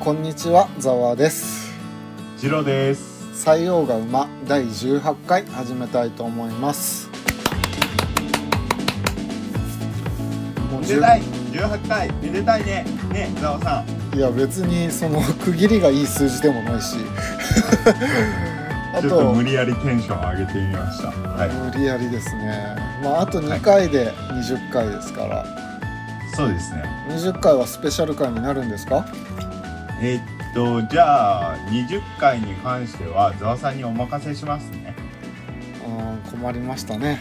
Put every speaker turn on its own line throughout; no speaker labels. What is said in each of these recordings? こんにちはざわです
ジロです。
採用が馬第18回始めたいと思いますもう
めでたい。十八回めでたいね。ね、ざわさん。
いや別にその区切りがいい数字でもないしあ
ちょっ
と
と無
無理
理やりテンション上げてみました。はい。
やりですねまああと2回で20回ですから、
そうですね。
20回はスペシャル回になるんですか
えーっとじゃあ二十回に関してはざわさんにお任せしますね。
うん困りましたね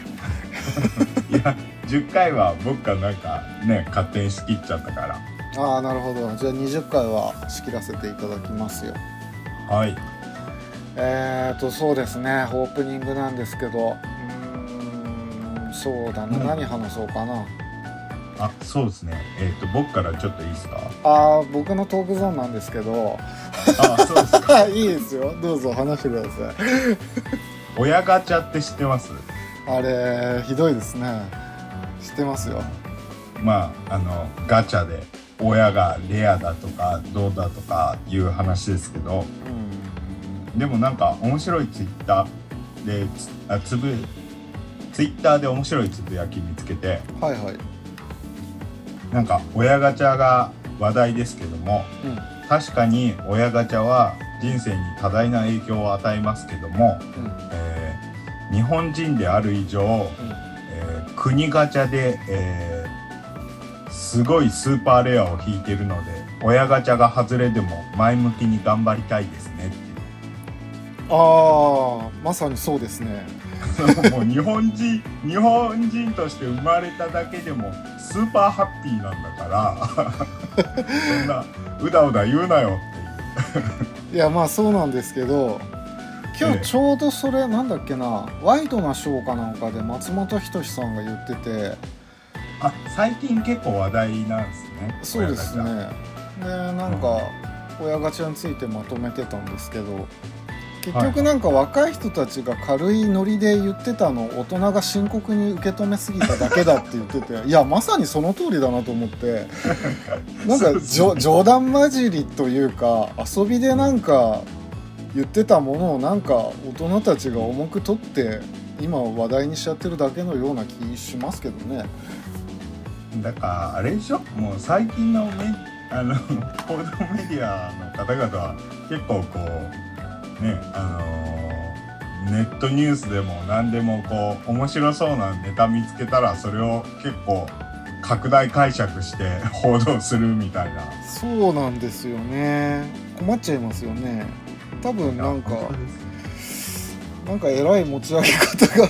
いや十回は僕がなんかね勝手に仕切っちゃったか
ああなるほどじゃあ20回は仕切らせていただきますよ
ら。はい。
えーとそうですねオープニングなんですけどうーんそうだな、
うん
何話そうかな
あそうですね。えーっと僕からちょっといいですか。
あー僕のトークゾーンなんですけど
あそうで す。
いいですよどうぞ話してください
親ガチャって知ってます。
あれひどいですね知ってますよ
まああのガチャで親がレアだとかどうだとかいう話ですけど。
うん
でもなんか面白いツイッターでつあつぶツイッターで面白いつぶやき見つけて
はいはい
なんか親ガチャが話題ですけども
うん
確かに親ガチャは人生に多大な影響を与えますけども、
うん
えー日本人である以上、えー国ガチャで、えーすごいスーパーレアを引いてるので親ガチャが外れでも前向きに頑張りたいですねっていう
ああまさにそうですね
もう日本人日本人として生まれただけでもスーパーハッピーなんだから そんなうだうだ言うなよっ
いやまあそうなんですけど今
え
日
え
ちょうどそれなんだっけな「ワイドなショー」かなんかで松本人志さんが言ってて
ていうあ最近結構話題なんです
そ
ね
うです
親ガ
ね
チ
でなんか親ガチャについてまとめてたんですけど結
はいは
局
い
なんか若い人たちが軽いノリで言ってたのを大人が深刻に受け止めすぎただけだって言って ていやまさにその通りだなと思ってなん
そう
か
です
じ
ね
ょ冗談交じりというか遊びでなんか言ってたものをなんか大人たちが重く取って今話題にしちゃってるだけのような気しますけどね。
だからあれでしょもう最近のメあの 報道メディアの方々は結構こうねあのネットニュースでも何でもこう面白そうなネタ見つけたらそれを結構拡大解釈して報道するみたいな。
そうなんですよね困っちゃいますよね多分なんか
本当です
なんか偉い持ち上げ方が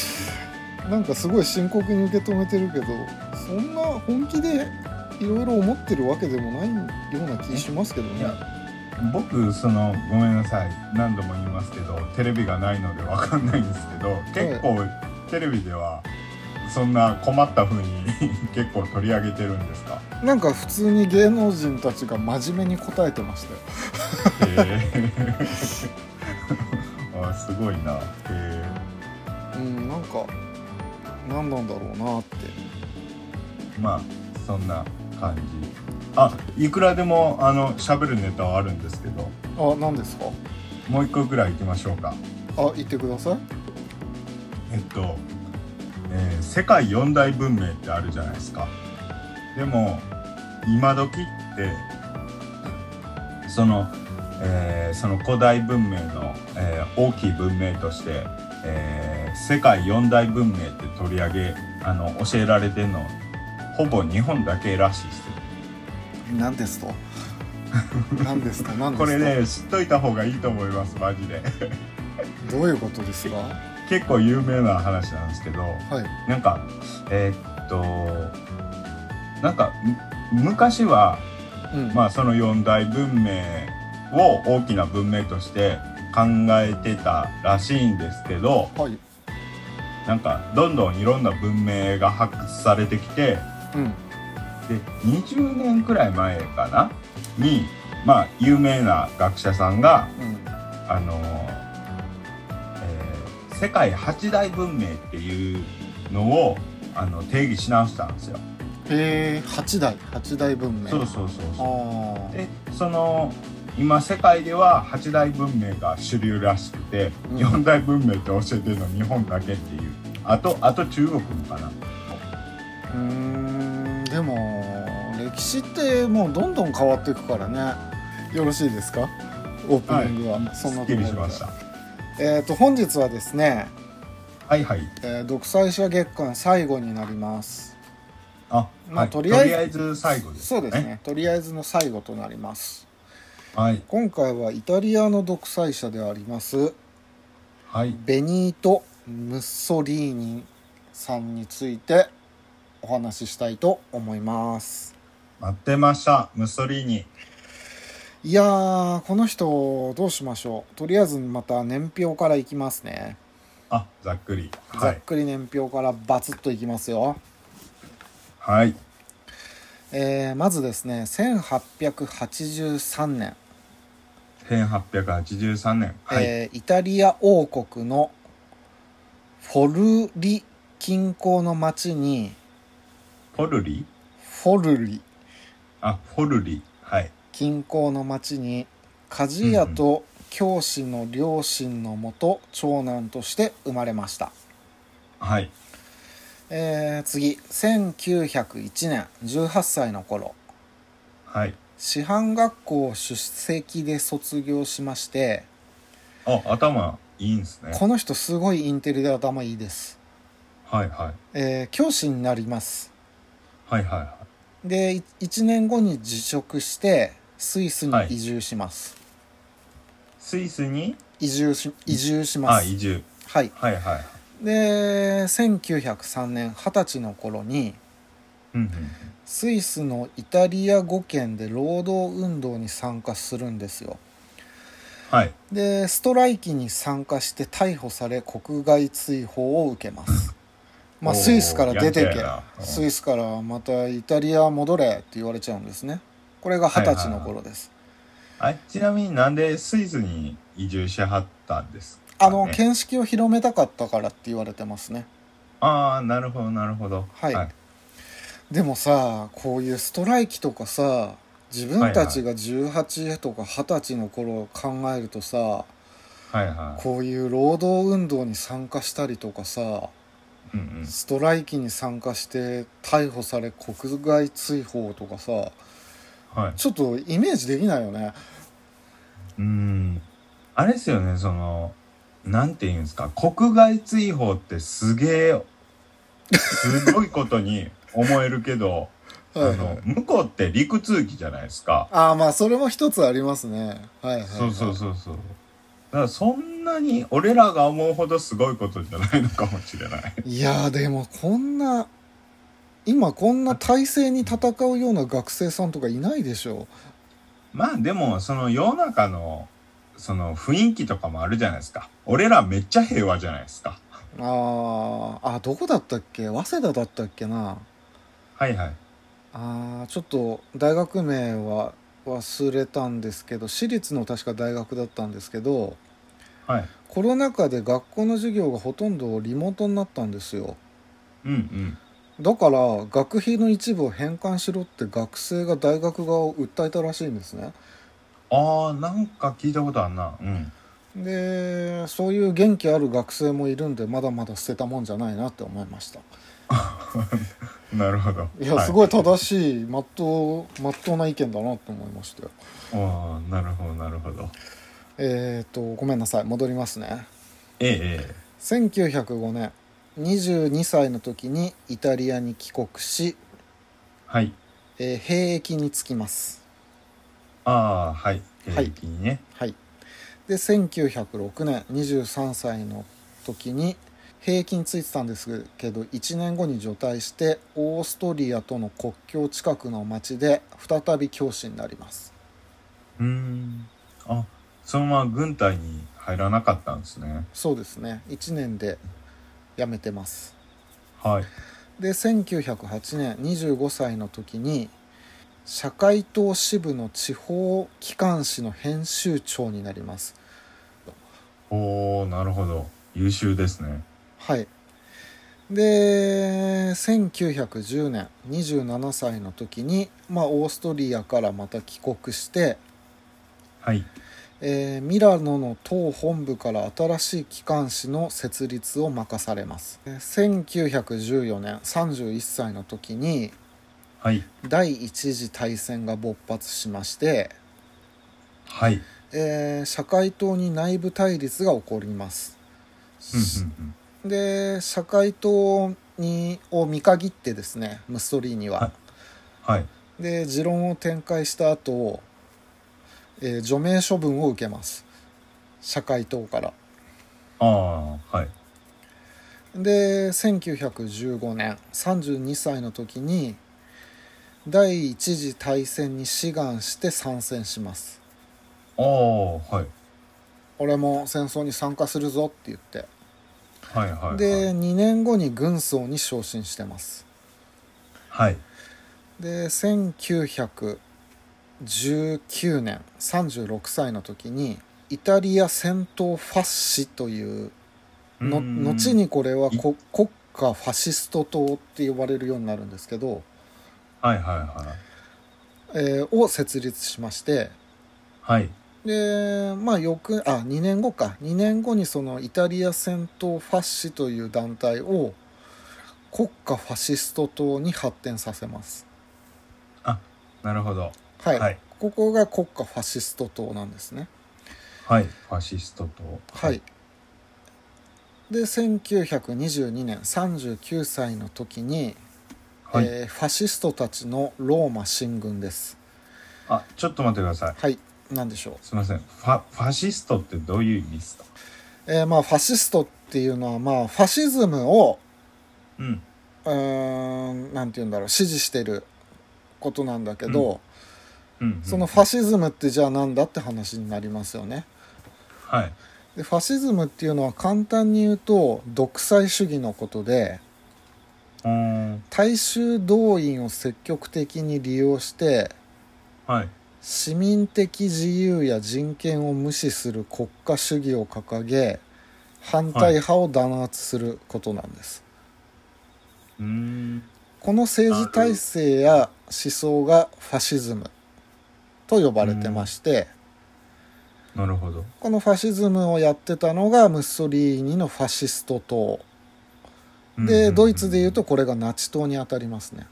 なんかすごい深刻に受け止めてるけどそんな本気でいろいろ思ってるわけでもないような気しますけど
い
ね
や僕そのごめんなさい何度も言いますけどテレビがないのでわかんないんですけど結構テレビではそんな困った風に 結構取り上げてるんですか、
なんか普通に芸能人たちが真面目に答えてましたよ
え ーあすごいな、え
うんなんか何なんだろうなって
ーまあそんな感じあいくらでもあの喋るネタはあるんですけど
あ何ですか
もう一個ぐらい行きましょうか
あ言ってください
えっと、えー世界四大文明ってあるじゃないですかでも今時ってその、えーその古代文明の、えー大きい文明として、えー世界四大文明って取り上げあの教えられてるのほぼ日本だけらしいです
何ですと何ですか何ですか
これね知っといた方がいいと思いますマジで
どういうことですかは
結構有名な話なんですけど、
い
なんかえーっとなんかむ昔は、
うん
まあ、その四大文明を大きな文明として考えてたらしいんですけど
はい、
なんかどんどんいろんな文明が発掘されてきて
うん、
で20年くらい前かなに、まあ、有名な学者さんが
う
あのえー世界八大文明っていうのをあの定義し直したんですよ。
ん、えー、8代8代文明
そうそうそうそう
あ
でその今世界では8大文明が主流らしくて、
うん
4大文明って教えてるの日本だけっていうあとあと中国もかな
あうーんでも歴史ってもうどんどん変わっていくからねよろしいですかオープニングは、そん
す
な
っ
と
き
ころ
り
で
しました
えー、と本日はですね、
はいはい
えー独裁者月間最後になります
あ、
まあ
はい
とりあえず
最後です
そうですねとりあえずの最後となります
はい
今回はイタリアの独裁者であります
はい
ベニート・ムッソリーニさんについてお話ししたいと思います
待ってましたムッソリーニ
いやーこの人どうしましょうとりあえずまた年表からいきますね、
あざっくりは
ざっ
い
くり年表からバツッといきますよ
はい
えーまずですね1883年、
1883年はい、
えーイタリア王国のフォルリ近郊の町に
ポルリ
フォルリ
あフォルリはい
近郊の町に鍛冶屋と教師の両親のもと長男として生まれました、
はい
えー次1901年18歳の頃
はい
師範学校を出席で卒業しまして
あ頭いいんですね
この人すごいインテリで頭いいです、
はいはい
えー教師になります
はいはいはい
でい1年後に辞職してスイスに移住します、
スイスに
移住し移住しま
あ
す
移住
はい
はいはい
で1903年二十歳の頃に
うんうん
スイスのイタリア語圏で労働運動に参加するんですよ
はい
でストライキに参加して逮捕され国外追放を受けますまあ
おー
スイスから出て
やんち
け
ゃやな
スイスからまたイタリア戻れって言われちゃうんですねこれが二十歳の頃です、
あちなみになんでスイスに移住しはったんです
あ
か、ね、
の見識を広めたかったからって言われてますね
ああなるほどなるほど
はいでもさこういうストライキとかさ自分たちが18とか20歳の頃を考えるとさ、
はいは
こういう労働運動に参加したりとかさ
い、うんうん、
ストライキに参加して逮捕され国外追放とかさ
はい
ちょっとイメージできないよね
うーんあれですよねそのなんていうんですか国外追放ってすげえすごいことに思えるけど、
はい、
あ
はい
の、向こうって陸続きじゃないですか、
ああまあそれも一つありますねはいはい、はい、
そうそうそうそうだからそんなに俺らが思うほどすごいことじゃないのかもしれない
いやーでもこんな今こんな体制に戦うような学生さんとかいないでしょ
まあでもその世の中のその雰囲気とかもあるじゃないですか俺らめっちゃ平和じゃないですか
あーあどこだったっけ早稲田だったっけな
はいはい
あーちょっと大学名は忘れたんですけど私立の確か大学だったんですけど
はい
コロナ禍で学校の授業がほとんどリモートになったんですよ
うんうん
だから学費の一部を返還しろって学生が大学側を訴えたらしいんですね
あーなんか聞いたことあんなうん
でそういう元気ある学生もいるんでまだまだ捨てたもんじゃないなって思いました
なるほど
いや
は
すごい正しいまっとうまっとうな意見だなって思いましたよ
ああなるほどなるほど
えっ、ー、とごめんなさい戻りますね
ええええ
1905年22歳の時にイタリアに帰国し、
はい
えー兵役に就きます
ああはい
はい
平気にね
はいで1906年23歳の時に兵役に就いてたんですけど1年後に除隊してオーストリアとの国境近くの町で再び教師になります
うーんあそのまま軍隊に入らなかったんですね
そうですね1年で辞めてます
はい
で1908年25歳の時に社会党支部の地方機関紙の編集長になります
おおなるほど優秀ですね
はいで1910年27歳の時に、まあ、オーストリアからまた帰国して、
はい
えーミラノの党本部から新しい機関誌の設立を任されますえー1914年31歳の時に
はい
第一次大戦が勃発しまして、
はい
えー社会党に内部対立が起こります、
うん
で社会党にを見限ってですねムッソリーニは、
ははい
で持論を展開した後、えー除名処分を受けます社会党から
ああはい
で1915年32歳の時に第一次大戦に志願して参戦します
ああはい
俺も戦争に参加するぞって言って
はいはいはい
で2年後に軍曹に昇進してます
はい
で1919年36歳の時にイタリア戦闘ファッシというの
うん
後にこれはこ国家ファシスト党って呼ばれるようになるんですけど、
はいはいは
えーを設立しまして
いはい
でまあ翌あ2年後か2年後にそのイタリア戦闘ファッシという団体を国家ファシスト党に発展させます
なるほど
はい、
はい
ここが国家ファシスト党なんですね
はいファシストと
はい、で1922年39歳の時に、
はい、
えーファシストたちのローマ進軍です
あちょっと待ってください
はい何でしょ
すみませんファファシストってどういう意味ですか
う、えーまあ、ファシストっていうのは、まあ、ファシズムを
うん
うーんなんて言うんだろう支持してることなんだけど、
うんうん
そのファシズムってじゃあなんだって話になりますよね
はい
でファシズムっていうのは簡単に言うと独裁主義のことで
うーん
大衆動員を積極的に利用して
はい
市民的自由や人権を無視する国家主義を掲げ反対派を弾圧することなんです、
うーん
この政治体制や思想がファシズムと呼ばれてまして、
なるほど
このファシズムをやってたのがムッソリーニのファシスト党で、ドイツでいうとこれがナチ党にあたりますね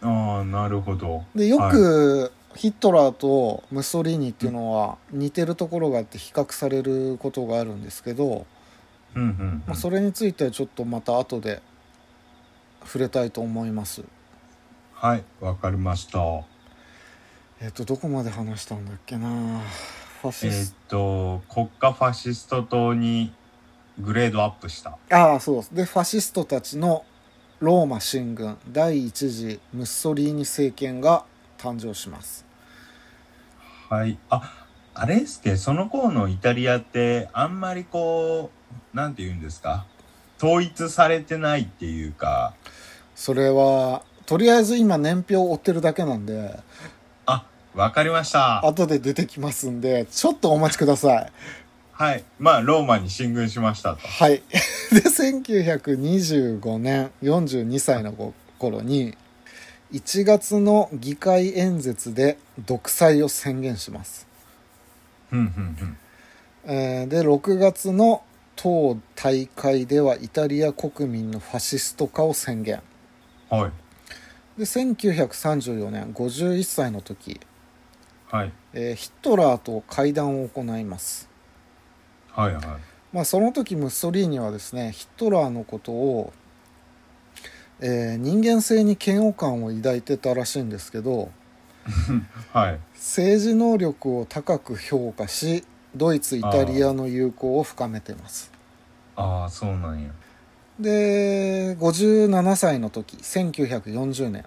ああなるほど
でよくヒットラーとムッソリーニっていうのは似てるところがあって比較されることがあるんですけど、
うんうん
まあ、それについてはちょっとまた後で触れたいと思います
はいわかりました
えっ、とどこまで話したんだっけなファ
え
シ
ー
ス
っと国家ファシスト党にグレードアップした
トああそうですでファシストたちのローマ進軍第一次ムッソリーニ政権が誕生します
はいああれっすけその頃のイタリアってあんまりこうなんて言うんですか統一されてないっていうか
それはとりあえず今年表を追ってるだけなんで
あわかりました
後で出てきますんでちょっとお待ちください
はいまあローマに進軍しましたと
はい。 で、1925年、42歳の頃に、1月の議会演説で独裁を宣言します。
うんうん
えーで、6月の党大会ではイタリア国民のファシスト化を宣言。
うんはい
で、1934年、51歳の時、
はい
えーヒットラーと会談を行います。
はいはい
まあ、その時ムッソリーニはですねヒットラーのことを、えー人間性に嫌悪感を抱いてたらしいんですけど
はい
政治能力を高く評価しドイツイタリアの友好を深めてます
ああそうなんや
で57歳の時1940年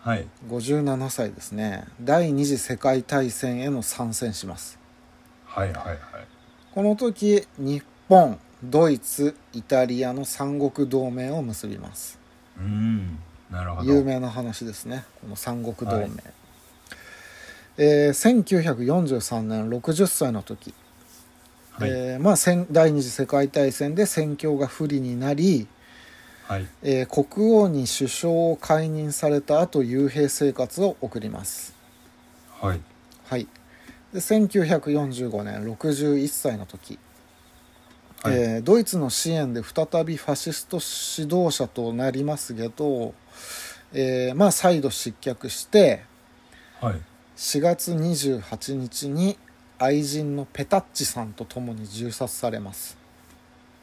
はい
57歳ですね第二次世界大戦への参戦します
はいはいはい
この時日本ドイツイタリアの三国同盟を結びます
うんなるほど
有名な話ですねこの三国同盟、
はい
えー1943年60歳の時、
はい
えーまあ、戦第二次世界大戦で戦況が不利になり、
はい
えー国王に首相を解任された後幽閉生活を送ります
はい
はいで1945年61歳の時、
はい、
えードイツの支援で再びファシスト指導者となりますけど、えーまあ再度失脚して
はい
4月28日に愛人のペタッチさんと共に銃殺されます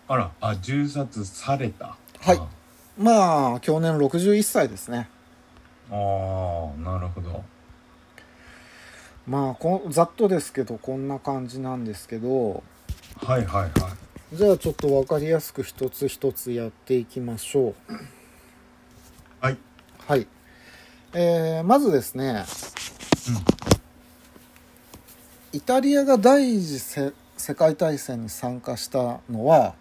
あらあ銃殺された
はい
あ
まあ去年61歳ですね
あーなるほど
まあこんざっとですけどこんな感じなんですけど
はいはいはい
じゃあちょっと分かりやすく一つ一つやっていきましょう
はい
はいえーまずですねイタリアが第一次世世界大戦に参加したのは、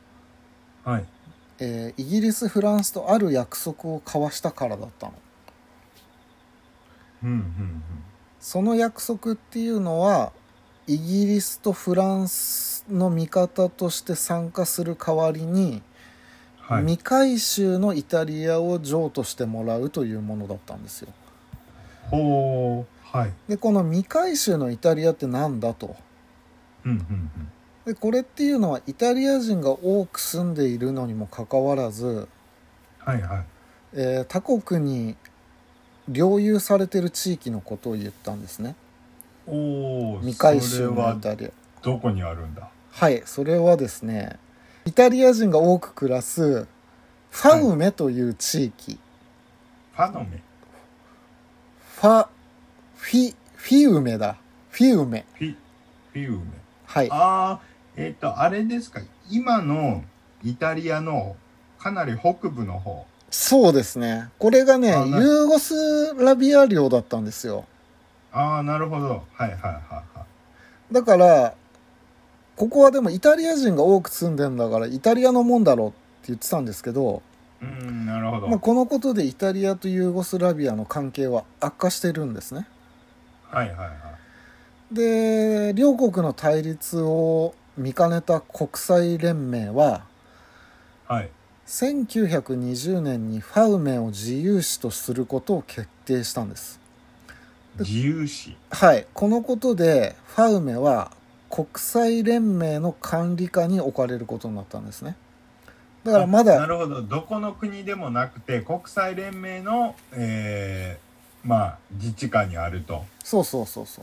うんはい
えーイギリスフランスとある約束を交わしたからだったの
うんうんうん
その約束っていうのはイギリスとフランスの味方として参加する代わりに、
はい
未回収のイタリアを譲渡してもらうというものだったんですよ
ほうはい
でこの未回収のイタリアってなんだと
うんうんうん
でこれっていうのはイタリア人が多く住んでいるのにもかかわらず、
はいはい
えー他国に領有されてる地域のことを言ったんですね
おお
未回収
それ
の
は
イタリア
どこにあるんだ
はいそれはですねイタリア人が多く暮らすファウメという地域、
ファノメ
ファフィフィウメだフィウメ
フィフィウメ
はい
ああえっ、とあれですか今のイタリアのかなり北部の方
そうですねこれがね
あな
ユーゴスラビア領だったんですよ
ああなるほどはいはいはいはい
だからここはでもイタリア人が多く住んでんだからイタリアのもんだろうって言ってたんですけど、
うーんなるほど、
まあ、このことでイタリアとユーゴスラビアの関係は悪化してるんですね
はいはいはい
で両国の対立を見かねた国際連盟は
はい
1920年にファウメを自由視とすることを決定したんです
自由視
はいこのことでファウメは国際連盟の管理下に置かれることになったんですねだからま
あな
だ
るほどどこの国でもなくて国際連盟のえー、まあ自治下にあると
そうそうそうそ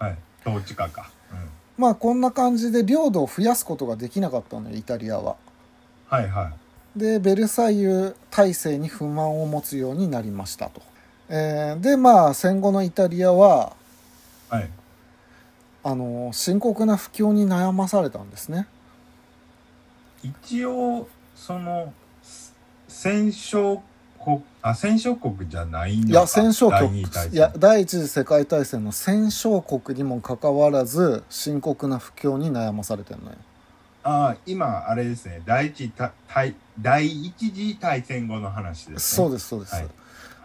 う
はい統治下か、うん、
まあこんな感じで領土を増やすことができなかったのよイタリアは
はいはい
でベルサイユ体制に不満を持つようになりましたと、えーでまあ戦後のイタリアは
はい
あの深刻な不況に悩まされたんですね
一応そのす戦勝国あ戦勝国じゃないのか
いや戦勝
第
国
二大戦
いや第一次世界大戦の戦勝国にもかかわらず深刻な不況に悩まされてるのよ
ああ今あれですね第一た大第一次大戦後の話ですね
そうですそうです、
はいは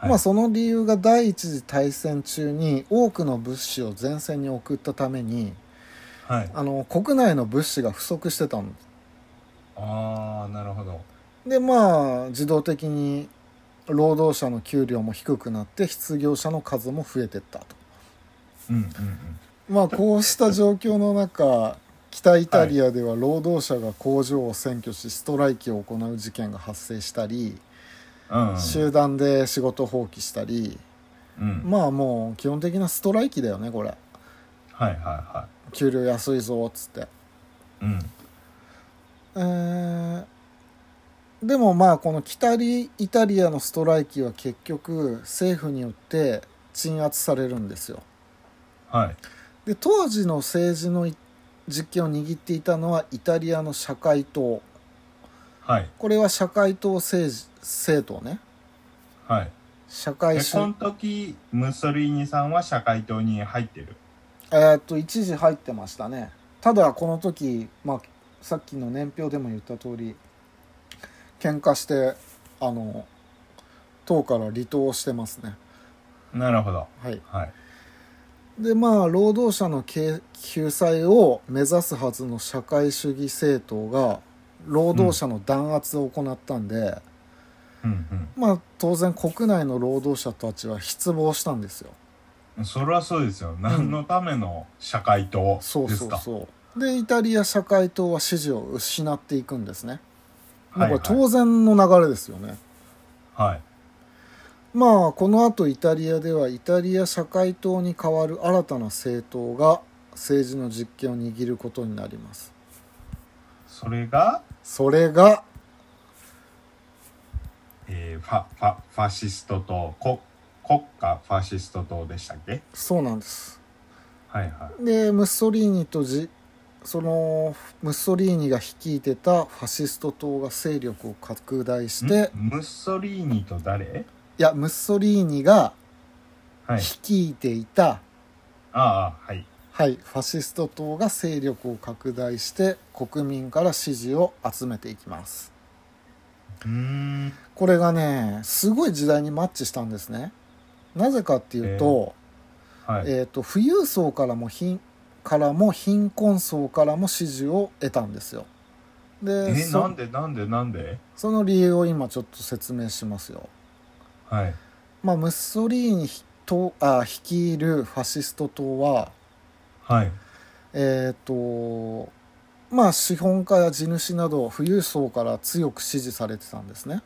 い
まあその理由が第一次大戦中に多くの物資を前線に送ったために
はい
あの国内の物資が不足してたん
ああなるほど
でまあ自動的に労働者の給料も低くなって失業者の数も増えてったと
うんうんうん
まあこうした状況の中北イタリアでは労働者が工場を占拠しストライキを行う事件が発生したり
うんうん
集団で仕事放棄したり
うん
まあもう基本的なストライキだよねこれ
はいはいは
給料安いぞっつって
いうん
えーでもまあこの北イタリアのストライキは結局政府によって鎮圧されるんですよ
はい
で当時の政治のい実権を握っていたのはイタリアの社会党
はい
これは社会党政治政党ね
はい
社
で
会主
この時ムッソリーニさんは社会党に入ってる
えーっと一時入ってましたねただこの時、まあ、さっきの年表でも言った通り喧嘩してあの党から離党してますね
なるほど
はい
はい
でまあ労働者のけ救済を目指すはずの社会主義政党が労働者の弾圧を行ったんで、
うん
まあ当然国内の労働者たちは失望したんですよ
うんそれはそうですよ何のための社会党ですか、
そうそうそうでイタリア社会党は支持を失っていくんですね、まあ、これ
はい
当然の流れですよね、
はい、はい
まあこのあとイタリアではイタリア社会党に代わる新たな政党が政治の実権を握ることになります
それが、
それが
えーファファファシスト党こ国家ファシスト党でしたっけ
そうなんです
はいは
でムッソリーニとじそのムッソリーニが率いてたファシスト党が勢力を拡大
い
して
んムッソリーニと誰
いやムッソリーニが
はい
率いていた、
ああはい
はい、ファシスト党が勢力を拡大して国民から支持を集めていきます
うーん
これがねすごい時代にマッチしたんですねなぜかっていうと,、
は
え
い、
ーと富裕層からも貧からも貧困層からも支持を得たんですよで
えーな
そ
んでなんでなんで
その理由を今ちょっと説明しますよ、
はい
まあ、ムッソリーニとあ率いるファシスト党は
はい
えっ、とまあ資本家や地主など富裕層から強く支持されてたんですね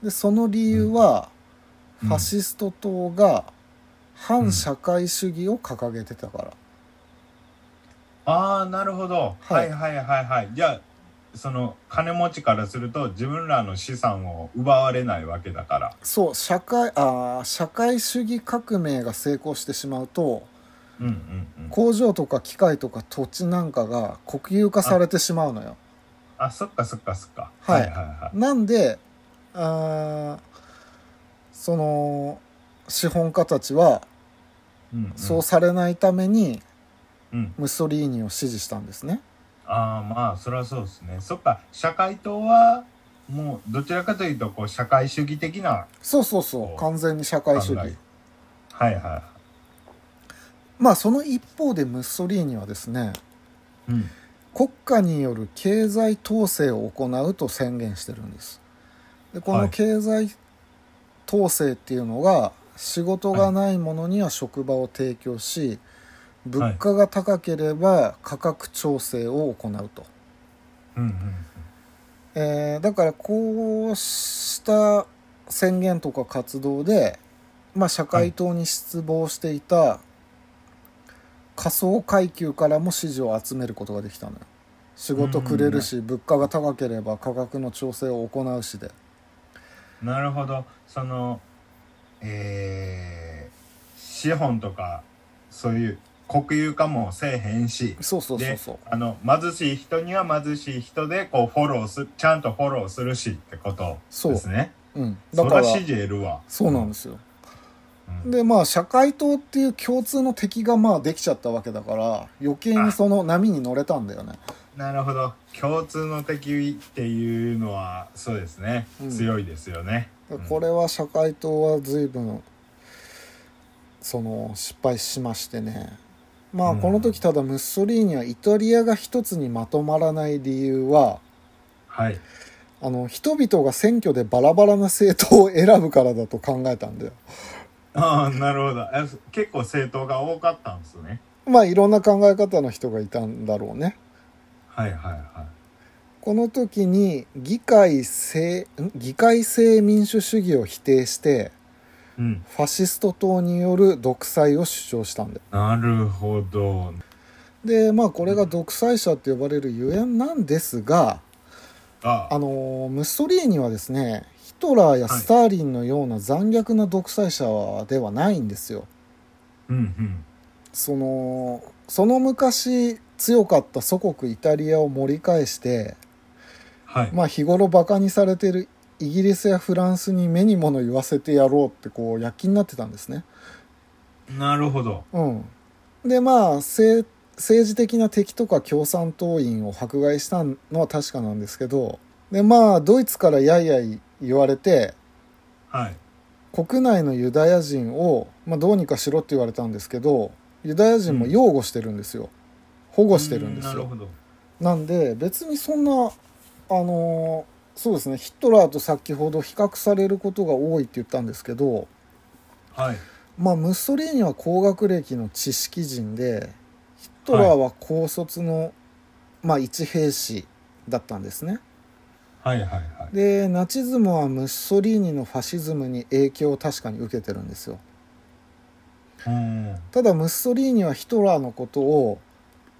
でその理由は、
うん
ファシスト党が反社会主義を掲げてたから、
ああなるほど、
は
はいい、はいはいはいじゃあその金持ちからすると自分らの資産を奪われないわけだから
そう社会あー社会主義革命が成功してしまうと
うんうんうん
工場とか機械とか土地なんかが国有化されてしまうのよ
あそっかそっかそっか
はい
はいはい
なんであーその資本家たちは
うんうん
そうされないために
うん
ムッソリーニを支持したんですね
ああまあそりゃそうですねそっか社会党はもうどちらかというとこう社会主義的な
そうそうそ
お
う完全に社会主
考
義
えはいは
まあその一方でムッソリーニはですね
いうん
国家による経済統制を行うと宣言してるんですでこ
は
の
い
経済統制っていうのが仕事がない者には職場を提供し物価が高ければ価格調整を行うと、
うんうん
えーだからこうした宣言とか活動で、まあ、社会党に失望していた仮想階級からも支持を集めることができたのよ仕事くれるし物価が高ければ価格の調整を行うしで
なるほどそのえー、資本とかそういう国有化もせえへんし
そうそうそう
で
そう
あの貧しい人には貧しい人でこうフォローすちゃんとフォローするしってこと
そう
ですね
うんだ
そ
から
ら支持得るわ
そうなんですよ
うん
でまあ社会党っていう共通の敵がまあできちゃったわけだから余計にその波に乗れたんだよね
なるほど共通の敵っていうのはそうですね、
うん
強いですよねうん
これは社会党は随分その失敗しましてねまあ
うん
この時ただムッソリーニはイタリアが一つにまとまらない理由は
はい
あの人々が選挙でバラバラな政党を選ぶからだと考えたんだよ
ああなるほどえ結構政党が多かったんですね
まあいろんな考え方の人がいたんだろうね
はいはいは
この時に議会制ん議会制民主主義を否定して
いうん
ファシスト党による独裁を主張したんだよ
なるほど
でまあこれが独裁者って呼ばれるゆえんなんですが
あ
あのムッソリーニはですねヒトラーやスターリンのような残虐な独裁者ではないんですよ。
うんうん
そのその昔強かった祖国イタリアを盛り返して、
はい、
まあ、日頃バカにされてるイギリスやフランスに目に物言わせてやろうってこう躍起になってたんですね。
なるほど
うん、でまあ政政治的な敵とか共産党員を迫害したのは確かなんですけどでまあドイツからやいやい言われて
はい
国内のユダヤ人を、まあ、どうにかしろって言われたんですけどユダヤ人も擁護してるんですよ、保護してるんです
なる
よ
ほど
なんで別にそんなあのーそうですねヒトラーと先ほど比較されることが多いって言ったんですけど、
はい
まあ、ムッソリーニは高学歴の知識人でヒトラーは高卒の、まあ、一兵士だったんですね。
はいはいはい
でナチズムはムッソリーニのファシズムに影響を確かに受けてるんですよ。
うん
ただムッソリーニはヒトラーのことを、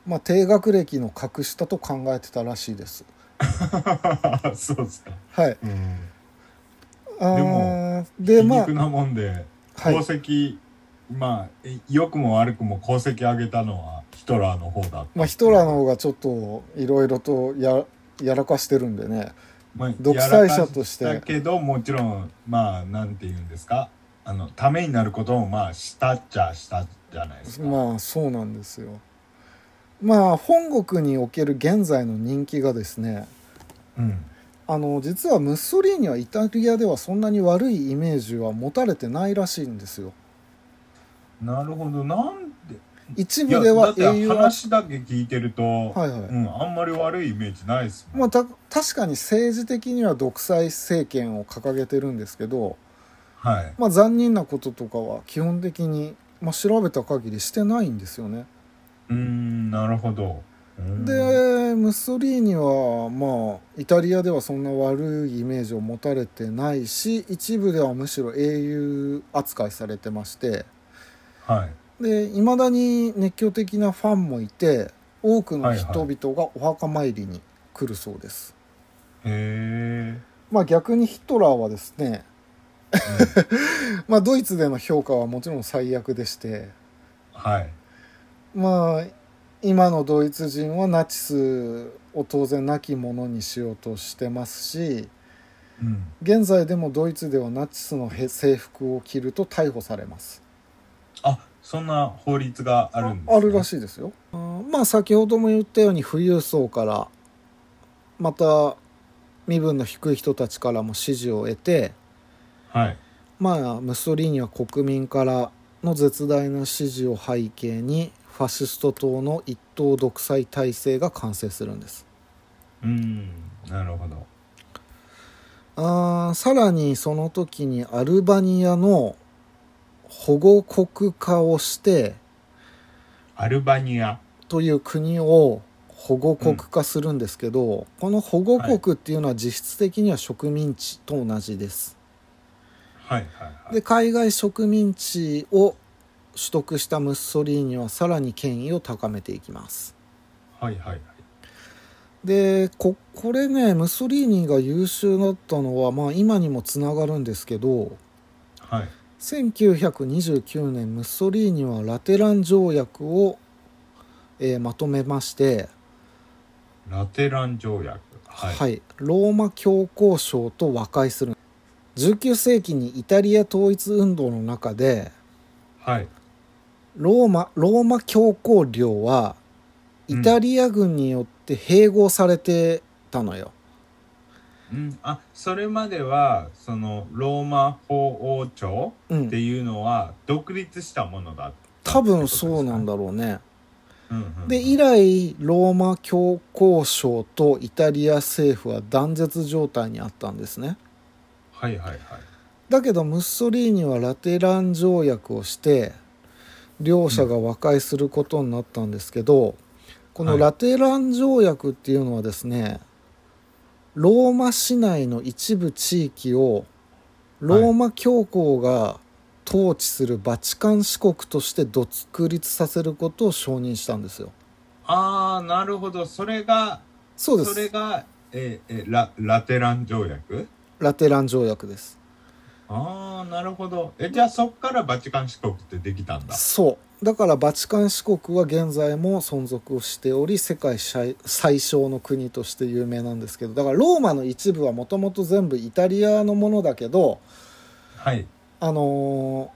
まあ、低学歴の格下と考えてたらしいです。
そうですか、
はい、
うん、
あー
で
で
も皮
まあ
肉なもんで
はい
功績、まあえ良くも悪くも功績上げたのはヒトラーの方だ
まあ、ヒトラーの方がちょっといろいろとややらかしてるんでね
まあ
独裁者として
やらかしたけどもちろんまあなんて言うんですかあのためになることもまあしたっちゃしたじゃないですか、
まあそうなんですよまあ本国における現在の人気がですね
うん、
あの実はムッソリーニはイタリアではそんなに悪いイメージは持たれてないらしいんですよ
なるほどなんで
一
いや
部で
だ
は
って
英雄は
話だけ聞いてると、
はいはい、
うん、あんまり悪いイメージないですもん、
まあ、た確かに政治的には独裁政権を掲げてるんですけど、
はい
まあ、残忍なこととかは基本的に、まあ、調べた限りしてないんですよね
うーんなるほどうん
でムッソリーニはまあイタリアではそんな悪いイメージを持たれてないし一部ではむしろ英雄扱いされてまして
はい
でいまだに熱狂的なファンもいて多くの
はいは
人々がお墓参りに来るそうです、
へ
まあ逆にヒトラーはですね、
え、うん
まあ、ドイツでの評価はもちろん最悪でして
はい
まあ今のドイツ人はナチスを当然なきものにしようとしてますし
うん
現在でもドイツではナチスのへ制服を着ると逮捕されます
あそんな法律があるんです、
あるらしいですよあーまあ先ほども言ったように富裕層からまた身分の低い人たちからも支持を得て
はい
まあムッソリーニは国民からの絶大な支持を背景にファシスト党の一党独裁体制が完成するんです
うんなるほど
あーさらにその時にアルバニアの保護国化をして
アルバニア
という国を保護国化するんですけど、この保護国っていうのは実質的には植民地と同じです、
はいはいはい
で海外植民地を取得したムッソリーニはさらに権威を高めていきます
はいはいはい
でここれねムッソリーニが優秀だったのは、まあ、今にもつながるんですけど
はい
1929年ムッソリーニはラテラン条約を、えーまとめまして、
ラテラン条約はい、
はい、ローマ教皇省と和解する19世紀にイタリア統一運動の中で
はい、
ローマローマ教皇領は
うん
イタリア軍によって併合されてたのよ、
うん、あそれまではそのローマ法王朝
う
って
ん、
いうのは独立したものだった
多
ってこと
分
ですか
そうなんだろうね
うんうんうん
で以来ローマ教皇省とイタリア政府は断絶状態にあったんですね
はいはいはい
だけどムッソリーニはラテラン条約をして両者が和解することになったんですけど、このラテラン条約っていうのはですね、ローマ市内の一部地域をローマ教皇が統治するバチカン市国として独立させることを承認したんですよ。
ああなるほどそれが
そうで
れ
す。
がえーえーララテラン条約
ラテラン条約です。
ああなるほどえじゃあそっからバチカン四国ってできたんだ
そうだからバチカン市国は現在も存続をしており世界最最小の国として有名なんですけどだからローマの一部はもともと全部イタリアのものだけど
はい
あの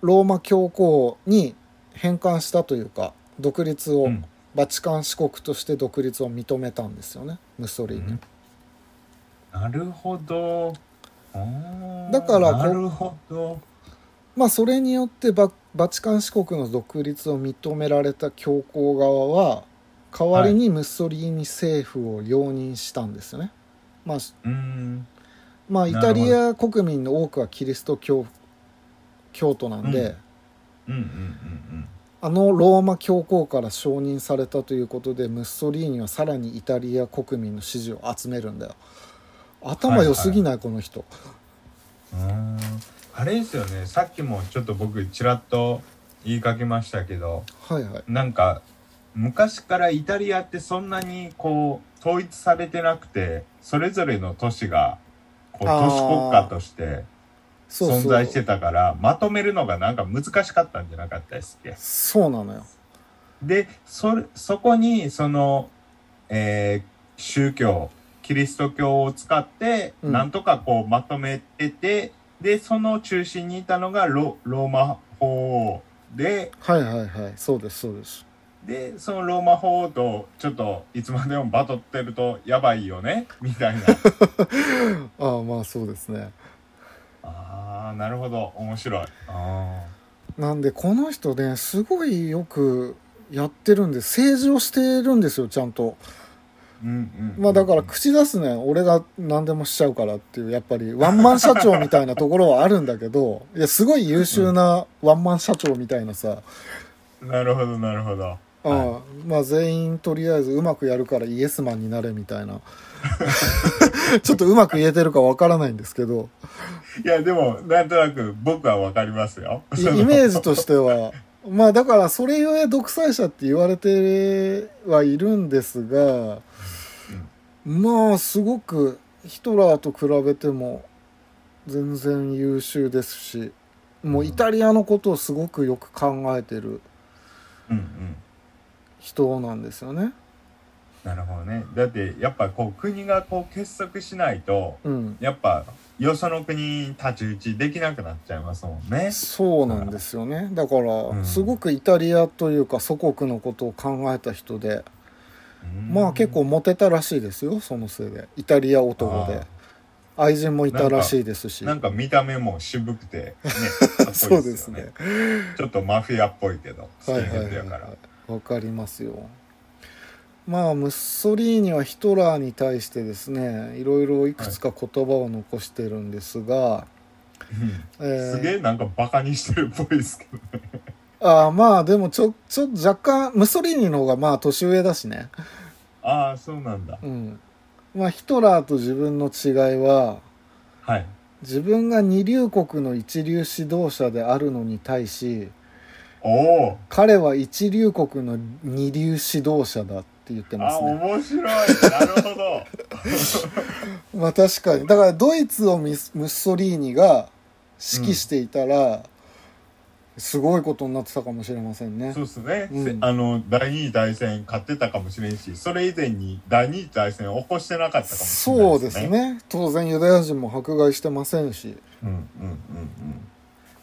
ーローマ教皇に返還したというか独立を、
うん
バチカン市国として独立を認めたんですよねムッソリーニは。
なるほどあー
だからこ
なるほど
まあそれによってババチカン市国の独立を認められた教皇側は代わりにムッソリーニ政府を容認したんですよね、まあ
うーん
まあイ
なるほ
タ
ど
リア国民の多くはキリスト教教徒なんで、
うんうんうんうん
あのローマ教皇から承認されたということでムッソリーニはさらにイタリア国民の支持を集めるんだよ頭良すぎない、この人
うんうーんあれですよねさっきもちょっと僕ちらっと言いかけましたけど
はいはい
なんか昔からイタリアってそんなにこう統一されてなくてそれぞれの都市がこう
あー
都市国家として
そうそう
存在してたからまとめるのがなんか難しかったんじゃなかったですっけ
そうなのよ
でそれそこにその、えー宗教キリスト教を使って、
うん
なんとかこうまとめててでその中心にいたのがロローマ法王で
はいはいはいそうですそうです
でそのローマ法王とちょっといつまでもバトってるとやばいよね みたいな
ああまあそうですね
あーなるほど面白いあ
なんでこの人ねすごいよくやってるんで政治をしてるんですよちゃんと
ーうんうん
まあだから口出すね俺が何でもしちゃうからっていうやっぱりワンマン社長みたいなところはあるんだけどいやすごい優秀なワンマン社長みたいなさ、
なるほどなるほど
ああまあ全員とりあえずうまくやるからイエスマンになれみたいな ちょっとうまく言えてるかわからないんですけど
いやでもなんとなく僕はわかりますよ
い
その
イメージとしてはまあだからそれゆえ独裁者って言われてはいるんですが、まあすごくヒトラーと比べても全然優秀ですしもうイタリアのことをすごくよく考えてる
うんうん
人なんですよね。
なるほどね。だってやっぱこう国がこう結束しないと
うん、
やっぱよその国に太刀打ちできなくなっちゃいますもんね。
そうなんですよねだから
ん
すごくイタリアというか祖国のことを考えた人で
うん
まあ結構モテたらしいですよそのせいでイタリア男で愛人もいたらしいですし
なんか見た目も渋 くてね。かっこい
そう
いですよ
ですね。
ちょっとマフィアっぽいけど。
はいはい
スキンヘッ
は
ド
い
や
はい
か
わ、
ら。
かりますよまあムッソリーニはヒトラーに対してですねいろいろいくつか言葉を残してるんですが、え
うん
ー
すげえなんかバカにしてるっぽいですけどね。
あーまあでもちょちょっと若干ムッソリーニの方がまあ年上だしね
ああそうなんだ。
うんまあヒトラーと自分の違いは
はい。
自分が二流国の一流指導者であるのに対し
おお。
彼は一流国の二流指導者だって言ってま
あ
すね
面白い。なるほ ど。
まあ確かにだからドイツをミスムッソリーニが指揮していたら、すごいことになってたかもしれませんね
そうですね、
うん
せあの第二次大戦勝ってたかもしれんしそれ以前に第二次大戦を起こしてなかったかもしれな
そ
いう
です、ね当然ユダヤ人も迫害してませんし
うんうんうんうん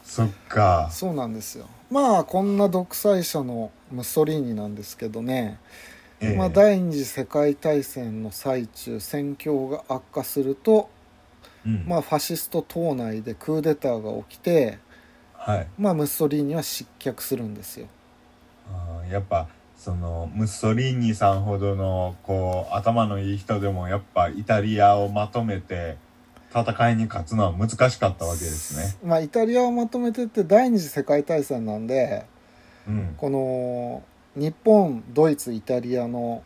そっか
そうなんですよまあこんな独裁者のムッソリーニなんですけどね、
ええ
まあ、第二次世界大戦の最中戦況が悪化すると、
うん
まあ、ファシスト党内でクーデターが起きて、
はい
まあ、ムッソリーニは失脚するんですよ
あーやっぱそのムッソリーニさんほどのこう頭のいい人でもやっぱイタリアをまとめて戦いに勝つのは難しかったわけですね
まあイタリアをまとめてって第二次世界大戦なんで
うん
この日本ドイツイタリアの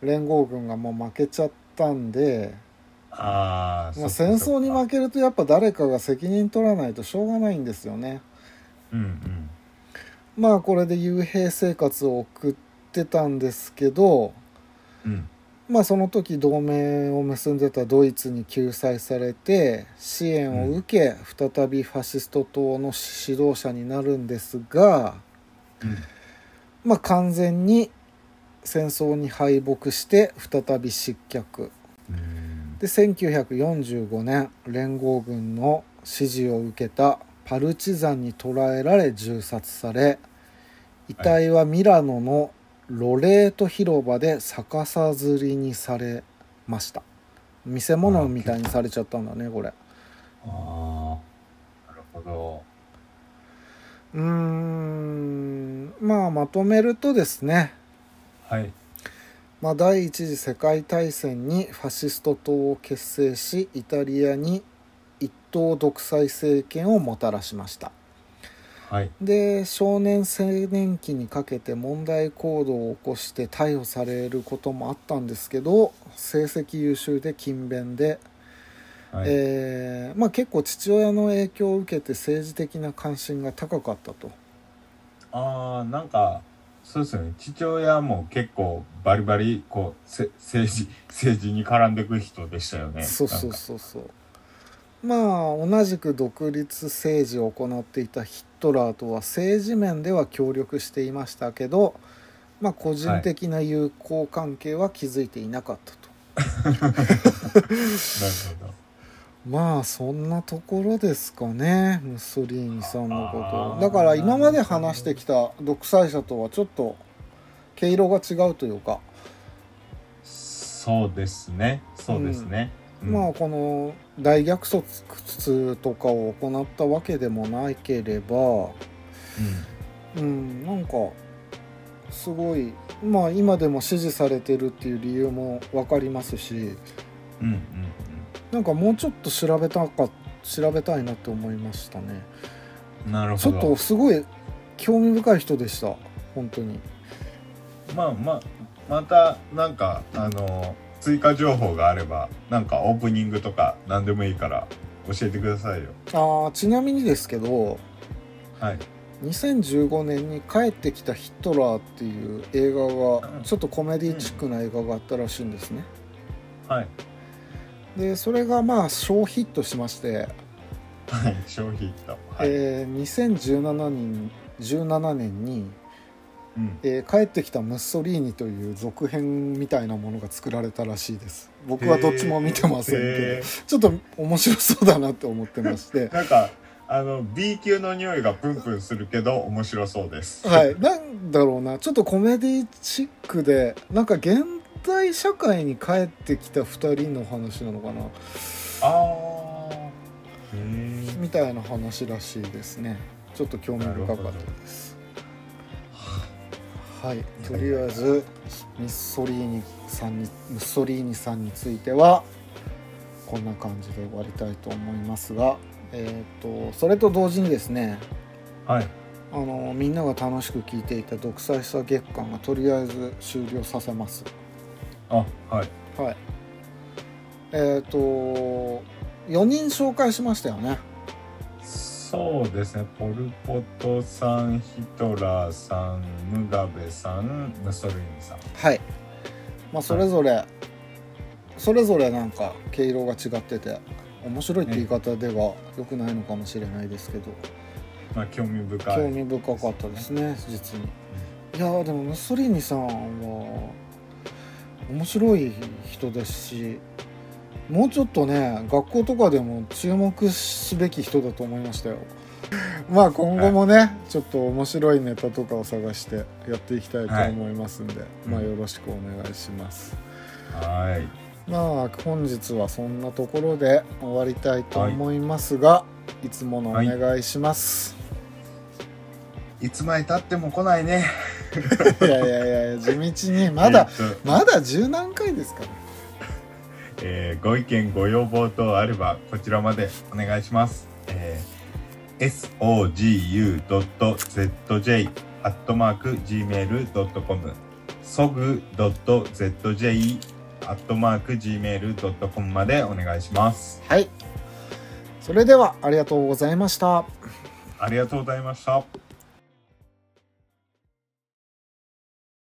連合軍がもう負けちゃったんで、
ああ、
まあ、戦争に負
け
けるとやっぱ誰かが責任取らないとしょうがないんですよね
うんうん
まあこれで幽閉生活を送ってたんですけど
うん
まあその時同盟を結んでたドイツに救済されて支援を受け、再びファシスト党の指導者になるんですが、
うん
まあ、完全に戦争に敗北して再び失脚
うん
で1945年連合軍の支持を受けたパルチザンに捕らえられ銃殺され遺体はミラノのロレート広場で逆さ吊りにされました見せ物みたいにされちゃったんだねこれ
ああなるほど
うーんまあまとめるとですね
はい。
まあ、第一次世界大戦にファシスト党を結成しイタリアに一党独裁政権をもたらしました
はい
で少年青年期にかけて問題行動を起こして逮捕されることもあったんですけど成績優秀で勤勉で、
はい、
えーまあ、結構父親の影響を受けて政治的な関心が高かったと
あーなんかそうですよね父親も結構バリバリこうせ政治政治に絡んでくる人でしたよね
そうそう
なんか
そうそうまあ同じく独立政治を行っていたヒットラーとは政治面では協力していましたけど、まあ、個人的な友好関係は築いていなかったと、
なるほ
まあそんなところですかねムッソリーニさんのこ
あー
とだから今まで話してきた独裁者とはちょっと毛色が違うというか、
どそうですねそうですね、うん
まあこの大虐殺とかを行ったわけでもなければうんなんかすごいまあ今でも支持されてるっていう理由も分かりますし
うんうんうん
なんかもうちょっと調べたか調べたいなって思いましたね
うんなる
ち
ほ
ょっ
ど
とすごい興味深い人でした本当に
まあまあまたなんかあの追加情報があればなんかオープニングとか何でもいいから教えてくださいよ
あーちなみにですけど
はい
2015年に「帰ってきたヒトラー」っていう映画
うん
がちょっとコメディチックな映画があったらしいんですね
はい
でそれがまあ小ヒットしまして
はい消費とはい、
えー2017年17年に
うん
えー帰ってきたムッソリーニ」という続編みたいなものが作られたらしいです僕はどっちも見てません
へ
け
ー
どちょっと面白そうだなって思ってまして
なんかあの B 級の匂いがプンプンするけど面白そうです
はいなんだろうなちょっとコメディチックでなんか現代社会に帰ってきた2人の話なのかな
ああへえ
みたいな話らしいですねちょっと興味深かったですはいとりあえずミッソリーニさんにムッソリーニさんについてはこんな感じで終わりたいと思いますがえっ、とそれと同時にですね
はい
あのみんなが楽しく聞いていた独裁者月間がとりあえず終了させます
あはい
はいえっ、と4人紹介しましたよね
そうですねポル・ポトさんヒトラーさんムガベさんムソリーニさん
はい、まあ、それぞれ、それぞれなんか毛色が違ってて面白いって言い方では良くないのかもしれないですけど、
まあ興味深い
興味深かったですね実にいやーでもムッソリーニさんは面白い人ですしもうちょっとね学校とかでも注目すべき人だと思いましたよ まあ今後もね、ちょっと面白いネタとかを探してやっていきたいと思いますんで、まあよろしくお願いします、
はい
まあ本日はそんなところで終わりたいと思いますが、い、つものお願いします、
いつまで経っても来ないね。
い、やいやいやいや地道にまだ、
えーと
まだ十何回ですから
えーご意見、ご要望等あれば、こちらまでお願いします。えー、sogu.zj アットマーク gmail.com sog.zj アットマーク gmail.com までお願いします。
はいそれではありがとうございました
ありがとうございました。